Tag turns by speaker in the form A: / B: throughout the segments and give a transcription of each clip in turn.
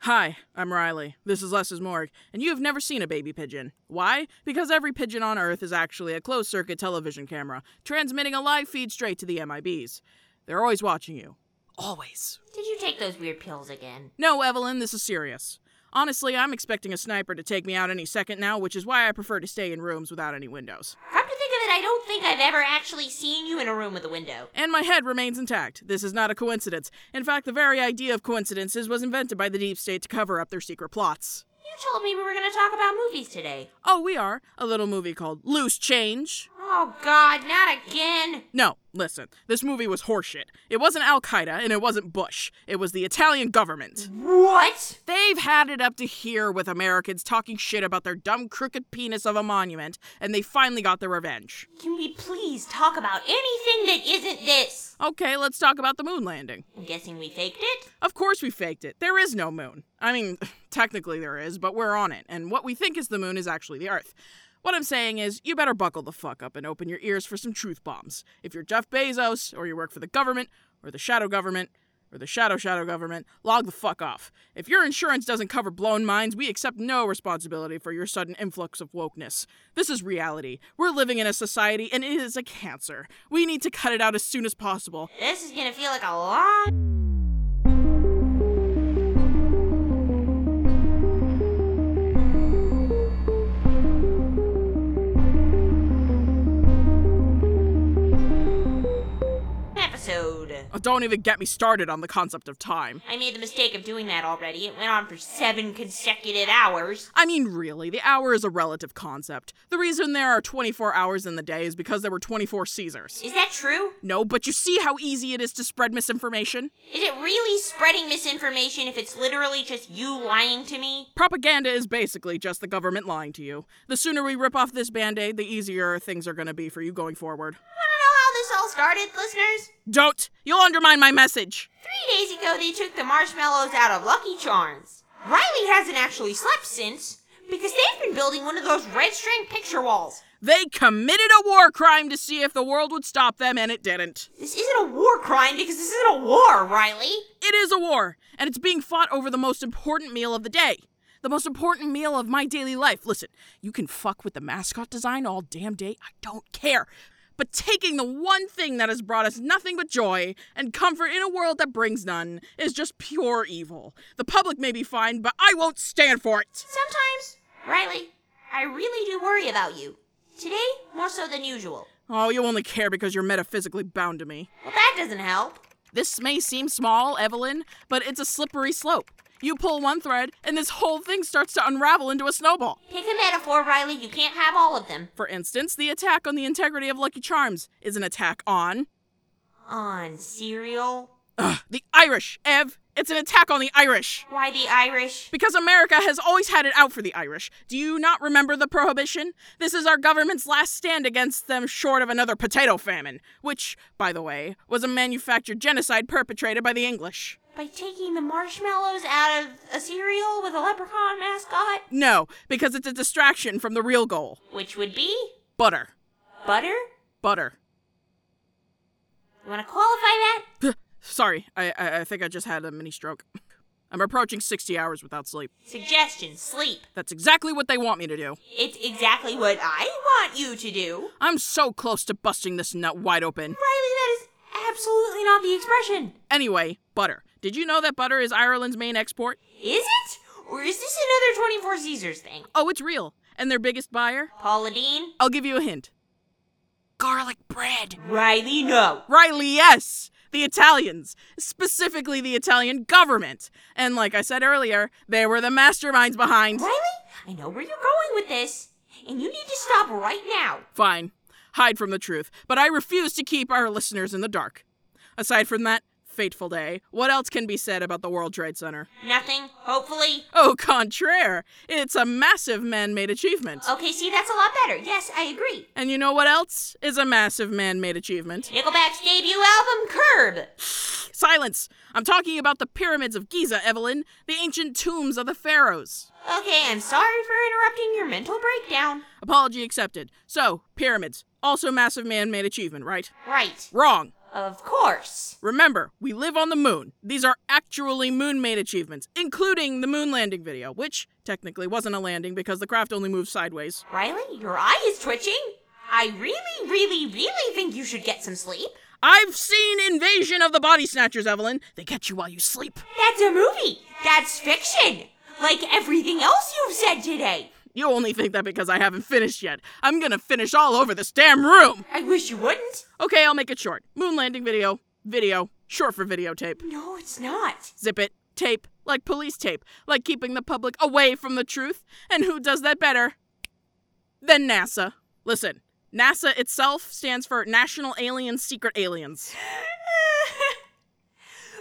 A: Hi, I'm Riley. This is Les is Morg, and you have never seen a baby pigeon. Why? Because every pigeon on Earth is actually a closed circuit television camera, transmitting a live feed straight to the MIBs. They're always watching you. Always.
B: Did you take those weird pills again?
A: No, Evelyn, this is serious. Honestly, I'm expecting a sniper to take me out any second now, which is why I prefer to stay in rooms without any windows.
B: Come to think of it, I don't think I've ever actually seen you in a room with a window.
A: And my head remains intact. This is not a coincidence. In fact, the very idea of coincidences was invented by the deep state to cover up their secret plots.
B: You told me we were going to talk about movies today.
A: Oh, we are. A little movie called Loose Change.
B: Oh, God, not again.
A: No, listen. This movie was horseshit. It wasn't Al Qaeda and it wasn't Bush. It was the Italian government.
B: What?
A: They've had it up to here with Americans talking shit about their dumb crooked penis of a monument, and they finally got their revenge.
B: Can we please talk about anything that isn't this?
A: Okay, let's talk about the moon landing.
B: I'm guessing we faked it?
A: Of course, we faked it. There is no moon. I mean, technically there is, but we're on it, and what we think is the moon is actually the Earth. What I'm saying is, you better buckle the fuck up and open your ears for some truth bombs. If you're Jeff Bezos, or you work for the government, or the shadow government, or the shadow shadow government, log the fuck off. If your insurance doesn't cover blown minds, we accept no responsibility for your sudden influx of wokeness. This is reality. We're living in a society, and it is a cancer. We need to cut it out as soon as possible.
B: This is going to feel like a long. episode.
A: Oh, Don't even get me started on the concept of time.
B: I made the mistake of doing that already. It went on for seven consecutive hours.
A: I mean, really, the hour is a relative concept. The reason there are 24 hours in the day is because there were 24 Caesars.
B: Is that true?
A: No, but you see how easy it is to spread misinformation?
B: Is it really spreading misinformation if it's literally just you lying to me?
A: Propaganda is basically just the government lying to you. The sooner we rip off this band aid, the easier things are gonna be for you going forward.
B: Wanna know how this all started, listeners?
A: Don't! You'll undermine my message!
B: Three days ago, they took the marshmallows out of Lucky Charms. Riley hasn't actually slept since because they've been building one of those red string picture walls.
A: They committed a war crime to see if the world would stop them, and it didn't.
B: This isn't a war crime because this isn't a war, Riley.
A: It is a war, and it's being fought over the most important meal of the day. The most important meal of my daily life. Listen, you can fuck with the mascot design all damn day, I don't care. But taking the one thing that has brought us nothing but joy and comfort in a world that brings none is just pure evil. The public may be fine, but I won't stand for it.
B: Sometimes, Riley, I really do worry about you. Today, more so than usual.
A: Oh, you only care because you're metaphysically bound to me.
B: Well, that doesn't help.
A: This may seem small, Evelyn, but it's a slippery slope. You pull one thread, and this whole thing starts to unravel into a snowball.
B: Pick a metaphor, Riley. You can't have all of them.
A: For instance, the attack on the integrity of Lucky Charms is an attack on
B: On cereal?
A: ugh, the Irish, Ev. It's an attack on the Irish.
B: Why the Irish?
A: Because America has always had it out for the Irish. Do you not remember the Prohibition? This is our government's last stand against them, short of another potato famine, which, by the way, was a manufactured genocide perpetrated by the English.
B: By taking the marshmallows out of a cereal with a leprechaun mascot?
A: No, because it's a distraction from the real goal
B: Which would be
A: butter.
B: butter?
A: Butter.
B: You want to qualify that?
A: Sorry, I, I, I think I just had a mini stroke. I'm approaching 60 hours without sleep.
B: Suggestion sleep.
A: That's exactly what they want me to do.
B: It's exactly what I want you to do.
A: I'm so close to busting this nut wide open.
B: Riley, that is absolutely not the expression.
A: Anyway, butter. Did you know that butter is Ireland's main export?
B: Is it? Or is this another 24 Caesars thing?
A: Oh, it's real. And their biggest buyer?
B: Paula Dean?
A: I'll give you a hint. Garlic bread.
B: Riley, no.
A: Riley, yes. The Italians, specifically the Italian government. And like I said earlier, they were the masterminds behind.
B: Riley, I know where you're going with this, and you need to stop right now.
A: Fine. Hide from the truth, but I refuse to keep our listeners in the dark. Aside from that fateful day, what else can be said about the World Trade Center?
B: Nothing, hopefully.
A: Au contraire, it's a massive man made achievement.
B: Okay, see, that's a lot better. Yes, I agree.
A: And you know what else is a massive man made achievement?
B: Nickelback's debut album, Curb.
A: Silence! I'm talking about the pyramids of Giza, Evelyn, the ancient tombs of the pharaohs.
B: Okay, I'm sorry for interrupting your mental breakdown.
A: Apology accepted. So, pyramids, also massive man made achievement, right?
B: Right.
A: Wrong!
B: Of course.
A: Remember, we live on the moon. These are actually moon made achievements, including the moon landing video, which technically wasn't a landing because the craft only moved sideways.
B: Riley, your eye is twitching. I really, really, really think you should get some sleep.
A: I've seen Invasion of the Body Snatchers, Evelyn. They catch you while you sleep.
B: That's a movie. That's fiction. Like everything else you've said today.
A: You only think that because I haven't finished yet. I'm gonna finish all over this damn room.
B: I wish you wouldn't.
A: Okay, I'll make it short. Moon landing video, video, short for videotape.
B: No, it's not.
A: Zip it, tape, like police tape, like keeping the public away from the truth. And who does that better than NASA? Listen, NASA itself stands for National Alien Secret Aliens.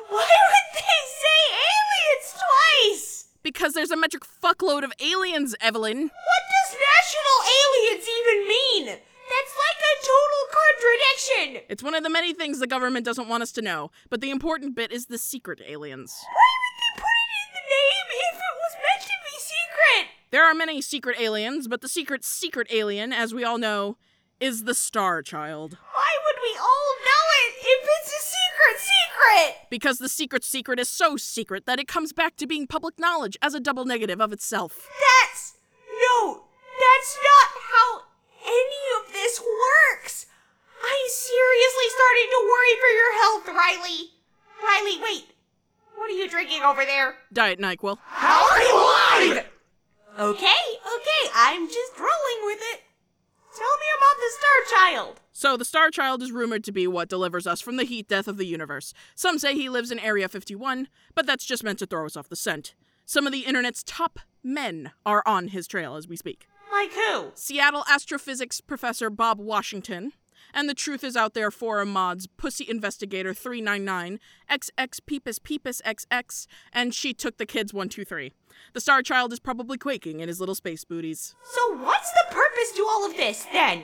B: Why would they say aliens twice?
A: Because there's a metric fuckload of aliens, Evelyn.
B: What does national aliens even mean? That's like a total contradiction.
A: It's one of the many things the government doesn't want us to know, but the important bit is the secret aliens.
B: Why would they put it in the name if it was meant to be secret?
A: There are many secret aliens, but the secret secret alien, as we all know, is the Star Child.
B: Why would we all know it if it's a secret secret?
A: Because the secret secret is so secret that it comes back to being public knowledge as a double negative of itself.
B: That's no, that's not how any of this works. I'm seriously starting to worry for your health, Riley. Riley, wait. What are you drinking over there?
A: Diet NyQuil.
B: How are you alive? Okay, okay, I'm just rolling with it. Tell me about the Star Child.
A: So, the Star Child is rumored to be what delivers us from the heat death of the universe. Some say he lives in Area 51, but that's just meant to throw us off the scent. Some of the internet's top men are on his trail as we speak.
B: Like who?
A: Seattle astrophysics professor Bob Washington, and the truth is out there forum mods Pussy Investigator 399, XX Peepus Peepus XX, and She Took the Kids 123. The Star Child is probably quaking in his little space booties.
B: So, what's the purpose to all of this then?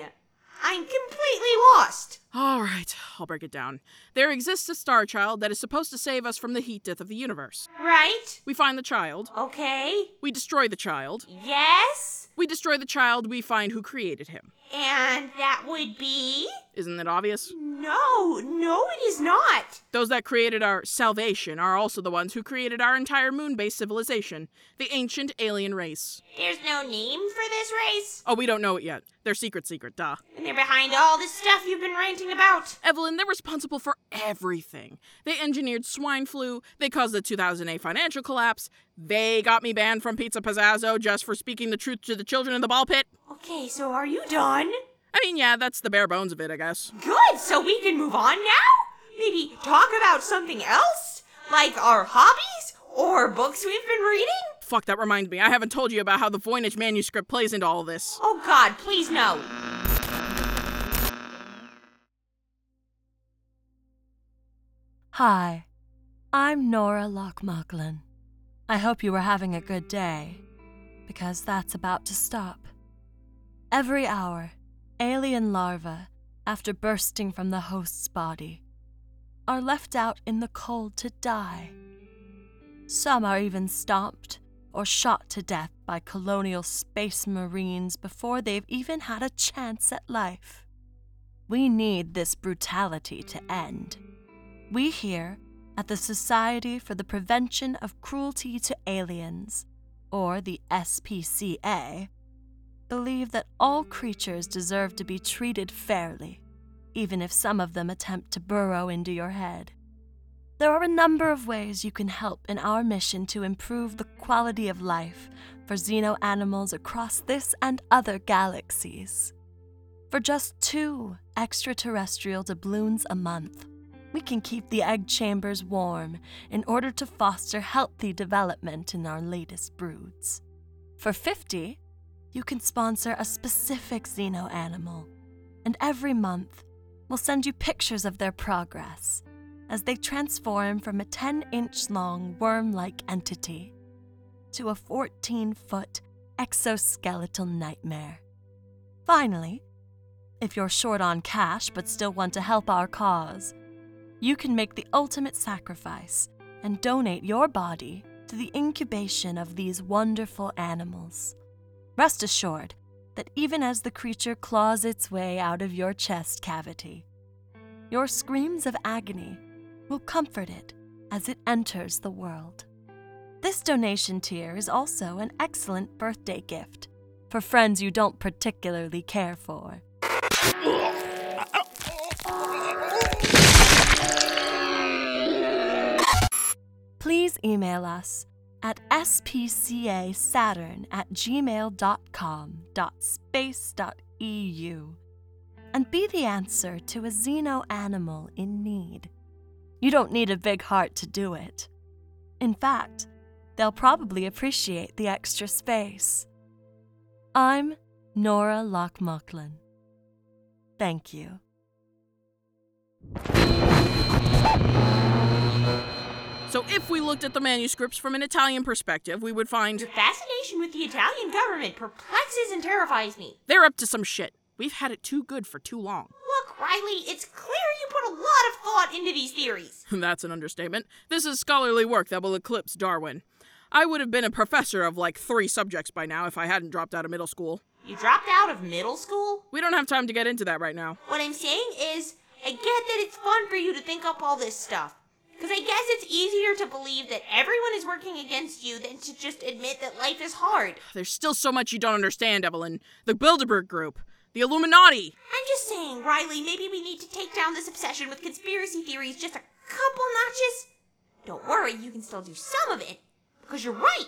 B: I'm completely lost.
A: All right, I'll break it down. There exists a star child that is supposed to save us from the heat death of the universe.
B: Right?
A: We find the child,
B: Okay.
A: we destroy the child,
B: Yes?
A: we destroy the child, we find who created him.
B: And that would be.
A: Isn't that obvious?
B: No, no, it is not.
A: Those that created our salvation are also the ones who created our entire moon based civilization, the ancient alien race.
B: There's no name for this race,
A: Oh, we don't know it yet. They're secret, secret, duh.
B: and they're behind all this stuff you've been ranting about.
A: Evelyn, they're responsible for everything. They engineered swine flu, they caused the 2008 financial collapse, they got me banned from Pizza Pizzazzo just for speaking the truth to the children in the ball pit.
B: Okay, so are you done?
A: I mean, yeah, that's the bare bones of it, I guess.
B: Good, so we can move on now? Maybe talk about something else? Like our hobbies? Or books we've been reading?
A: Fuck, that reminds me, I haven't told you about how the Voynich manuscript plays into all of this.
B: Oh god, please no.
C: Hi, I'm Nora Lockmocklin. I hope you are having a good day, because that's about to stop. Every hour, alien larvae, after bursting from the host's body, are left out in the cold to die. Some are even stomped or shot to death by colonial space marines before they've even had a chance at life. We need this brutality to end. We here at the Society for the Prevention of Cruelty to Aliens, or the SPCA, believe that all creatures deserve to be treated fairly, even if some of them attempt to burrow into your head. There are a number of ways you can help in our mission to improve the quality of life for xeno animals across this and other galaxies. For just two extraterrestrial doubloons a month, we can keep the egg chambers warm in order to foster healthy development in our latest broods. For 50, you can sponsor a specific xeno animal, and every month we'll send you pictures of their progress as they transform from a 10 inch long worm like entity to a 14 foot exoskeletal nightmare. Finally, if you're short on cash but still want to help our cause, you can make the ultimate sacrifice and donate your body to the incubation of these wonderful animals. Rest assured that even as the creature claws its way out of your chest cavity, Your screams of agony will comfort it as it enters the world. This donation tier is also an excellent birthday gift for friends you don't particularly care for. Please email us at spcasaturn at gmail.com.space.eu E and be the answer to a xeno animal in need. You don't need a big heart to do it. In fact, they'll probably appreciate the extra space. I'm Nora Lockmocklin. Thank you.
A: So, if we looked at the manuscripts from an Italian perspective, we would
B: Your
A: find
B: fascination with the Italian government perplexes and terrifies me.
A: they're up to some shit. We've had it too good for too long.
B: Look, Riley, it's clear you put a lot of thought into these theories.
A: That's an understatement. This is scholarly work that will eclipse Darwin. I would have been a professor of like three subjects by now if I hadn't dropped out of middle school.
B: You dropped out of middle school?
A: We don't have time to get into that right now.
B: What I'm saying is, I get that it's fun for you to think up all this stuff. Because I guess it's easier to believe that everyone is working against you than to just admit that life is hard.
A: There's still so much you don't understand, Evelyn. The Bilderberg Group, the Illuminati.
B: I'm just saying, Riley, maybe we need to take down this obsession with conspiracy theories just a couple notches. Don't worry, you can still do some of it. Because you're right.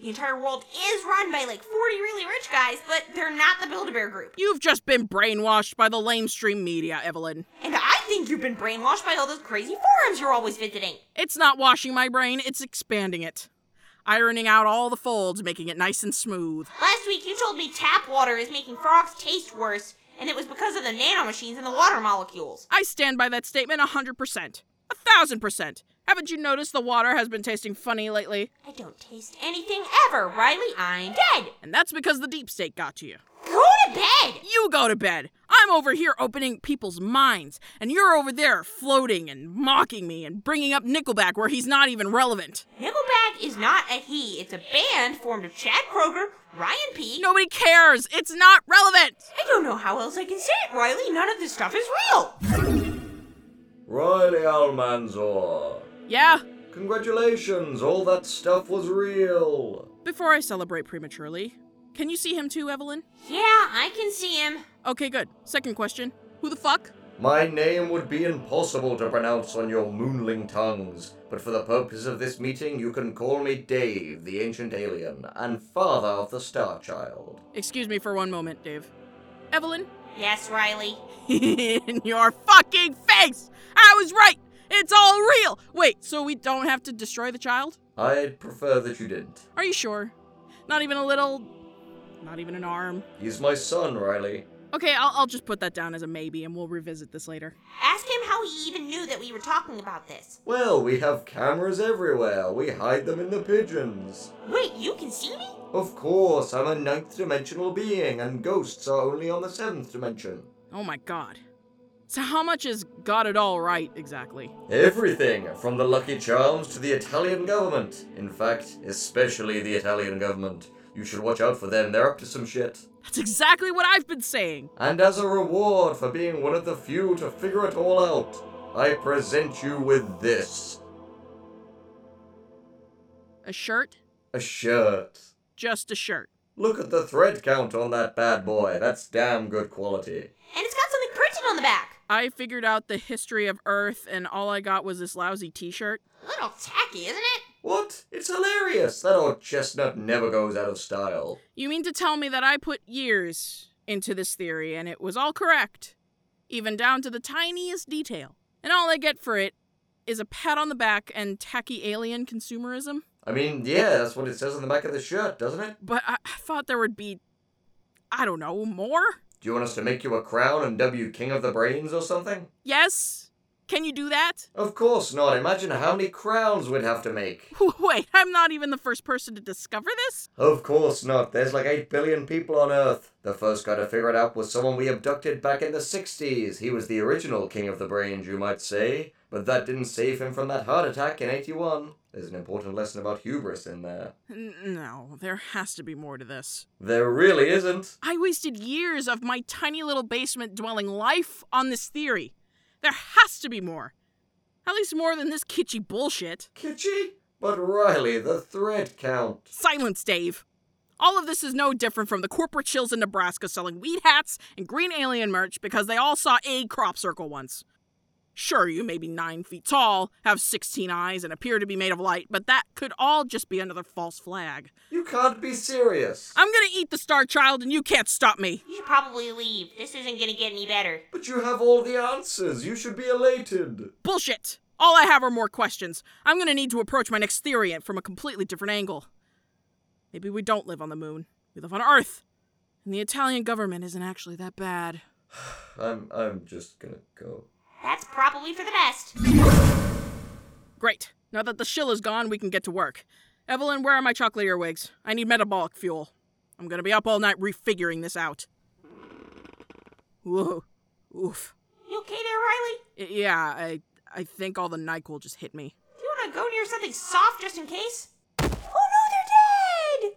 B: The entire world is run by like 40 really rich guys, but they're not the Bilderberg group.
A: You've just been brainwashed by the lamestream media, Evelyn.
B: And I think you've been brainwashed by all those crazy forums you're always visiting.
A: It's not washing my brain, it's expanding it. Ironing out all the folds, making it nice and smooth.
B: Last week you told me tap water is making frogs taste worse, and it was because of the nanomachines in the water molecules.
A: I stand by that statement a 100%. A 1000%. Haven't you noticed the water has been tasting funny lately?
B: I don't taste anything ever, Riley. I'm dead.
A: And that's because the deep state got to you.
B: Go to bed.
A: You go to bed. I'm over here opening people's minds, and you're over there floating and mocking me and bringing up Nickelback where he's not even relevant.
B: Nickelback is not a he, it's a band formed of Chad Kroger, Ryan P.
A: Nobody cares. It's not relevant.
B: I don't know how else I can say it, Riley. None of this stuff is real.
D: Riley Almanzor.
A: Yeah.
D: Congratulations, all that stuff was real.
A: Before I celebrate prematurely, can you see him too, Evelyn?
B: Yeah, I can see him.
A: Okay, good. Second question. Who the fuck?
D: My name would be impossible to pronounce on your moonling tongues, but for the purpose of this meeting, you can call me Dave, the ancient alien, and father of the Star Child.
A: Excuse me for one moment, Dave. Evelyn?
B: Yes, Riley.
A: In your fucking face! I was right! It's all real! Wait, so we don't have to destroy the child?
D: I'd prefer that you didn't.
A: Are you sure? Not even a little. Not even an arm.
D: He's my son, Riley.
A: Okay, I'll, I'll just put that down as a maybe and we'll revisit this later.
B: Ask him how he even knew that we were talking about this.
D: Well, we have cameras everywhere. We hide them in the pigeons.
B: Wait, you can see me?
D: Of course, I'm a ninth dimensional being, and ghosts are only on the seventh dimension.
A: Oh my god. So, how much is got it all right exactly?
D: Everything, from the Lucky Charms to the Italian government. In fact, especially the Italian government. You should watch out for them, they're up to some shit.
A: That's exactly what I've been saying!
D: And as a reward for being one of the few to figure it all out, I present you with this
A: A shirt?
D: a shirt.
A: Just a shirt.
D: Look at the thread count on that bad boy, that's damn good quality.
B: And it's got something printed on the back.
A: I figured out the history of Earth, and all I got was this lousy t shirt.
B: A little tacky, isn't it?
D: What? It's hilarious! That old chestnut never goes out of style.
A: You mean to tell me that I put years into this theory and it was all correct, even down to the tiniest detail, and all I get for it is a pat on the back and tacky alien consumerism?
D: I mean, yeah, that's what it says on the back of the shirt, doesn't it?
A: But I I thought there would be, I don't know, more?
D: Do you want us to make you a crown and dub you King of the Brains or something?
A: Yes? Can you do that?
D: Of course not. Imagine how many crowns we'd have to make.
A: Wait, I'm not even the first person to discover this?
D: Of course not. There's like 8 billion people on Earth. The first guy to figure it out was someone we abducted back in the 60s. He was the original king of the brains, you might say. But that didn't save him from that heart attack in 81. There's an important lesson about hubris in there.
A: N- no, there has to be more to this.
D: There really isn't.
A: I wasted years of my tiny little basement dwelling life on this theory. There has to be more. At least more than this kitschy bullshit.
D: Kitschy? But Riley, the thread count.
A: Silence, Dave. All of this is no different from the corporate chills in Nebraska selling weed hats and green alien merch because they all saw a crop circle once. Sure, you may be nine feet tall, have 16 eyes, and appear to be made of light, but that could all just be another false flag.
D: You can't be serious.
A: I'm gonna eat the star child, and you can't stop me.
B: You should probably leave. This isn't gonna get any better.
D: But you have all the answers. You should be elated.
A: Bullshit! All I have are more questions. I'm gonna need to approach my next theory from a completely different angle. Maybe we don't live on the moon. We live on Earth. And the Italian government isn't actually that bad.
D: I'm I'm just gonna go.
B: That's probably for the best.
A: Great. Now that the shill is gone, we can get to work. Evelyn, where are my chocolate earwigs? I need metabolic fuel. I'm gonna be up all night refiguring this out. Whoa. Oof.
B: You okay there, Riley?
A: I- yeah, I I think all the NyQuil just hit me.
B: Do you wanna go near something soft just in case? Oh no, they're dead!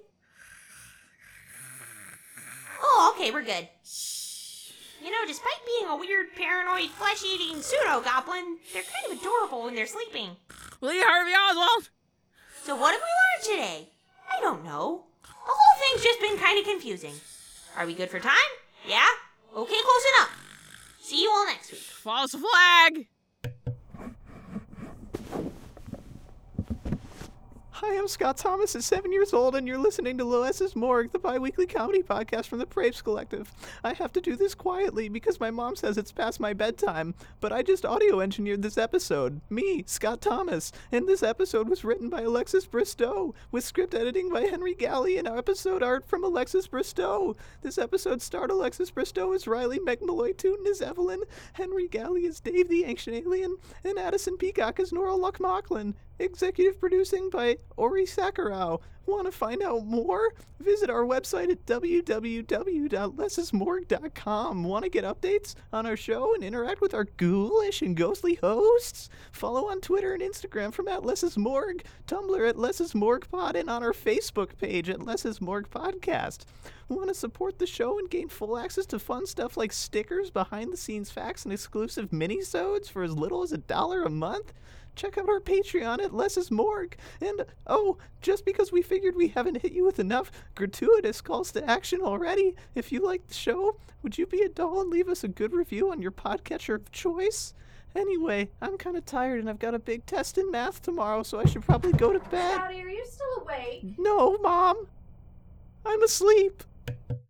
B: Oh, okay, we're good. You know, despite being a weird, paranoid, flesh eating pseudo goblin, they're kind of adorable when they're sleeping.
A: Lee Harvey Oswald!
B: So, what have we learned today? I don't know. The whole thing's just been kind of confusing. Are we good for time? Yeah? Okay, close enough. See you all next week.
A: False flag!
E: Hi, I'm Scott Thomas, at seven years old, and you're listening to Lil S's Morgue, the bi weekly comedy podcast from the Prapes Collective. I have to do this quietly because my mom says it's past my bedtime, but I just audio engineered this episode. Me, Scott Thomas. And this episode was written by Alexis Bristow, with script editing by Henry Galley and episode art from Alexis Bristow. This episode starred Alexis Bristow as Riley, Meg Malloy Tootin as Evelyn, Henry Galley as Dave the Ancient Alien, and Addison Peacock as Nora Luckmachlin. Executive producing by Ori Sakurao. Want to find out more? Visit our website at www.lessismorg.com. Want to get updates on our show and interact with our ghoulish and ghostly hosts? Follow on Twitter and Instagram from at Less is Morgue, Tumblr at Less is Morgue Pod, and on our Facebook page at Less is Morgue Podcast. Want to support the show and gain full access to fun stuff like stickers, behind the scenes facts, and exclusive minisodes for as little as a dollar a month? check out our Patreon at Less is Morgue. And oh, just because we figured we haven't hit you with enough gratuitous calls to action already, if you like the show, would you be a doll and leave us a good review on your podcatcher of choice? Anyway, I'm kind of tired and I've got a big test in math tomorrow, so I should probably go to bed.
F: Howdy, are you still awake?
E: No, Mom! I'm asleep!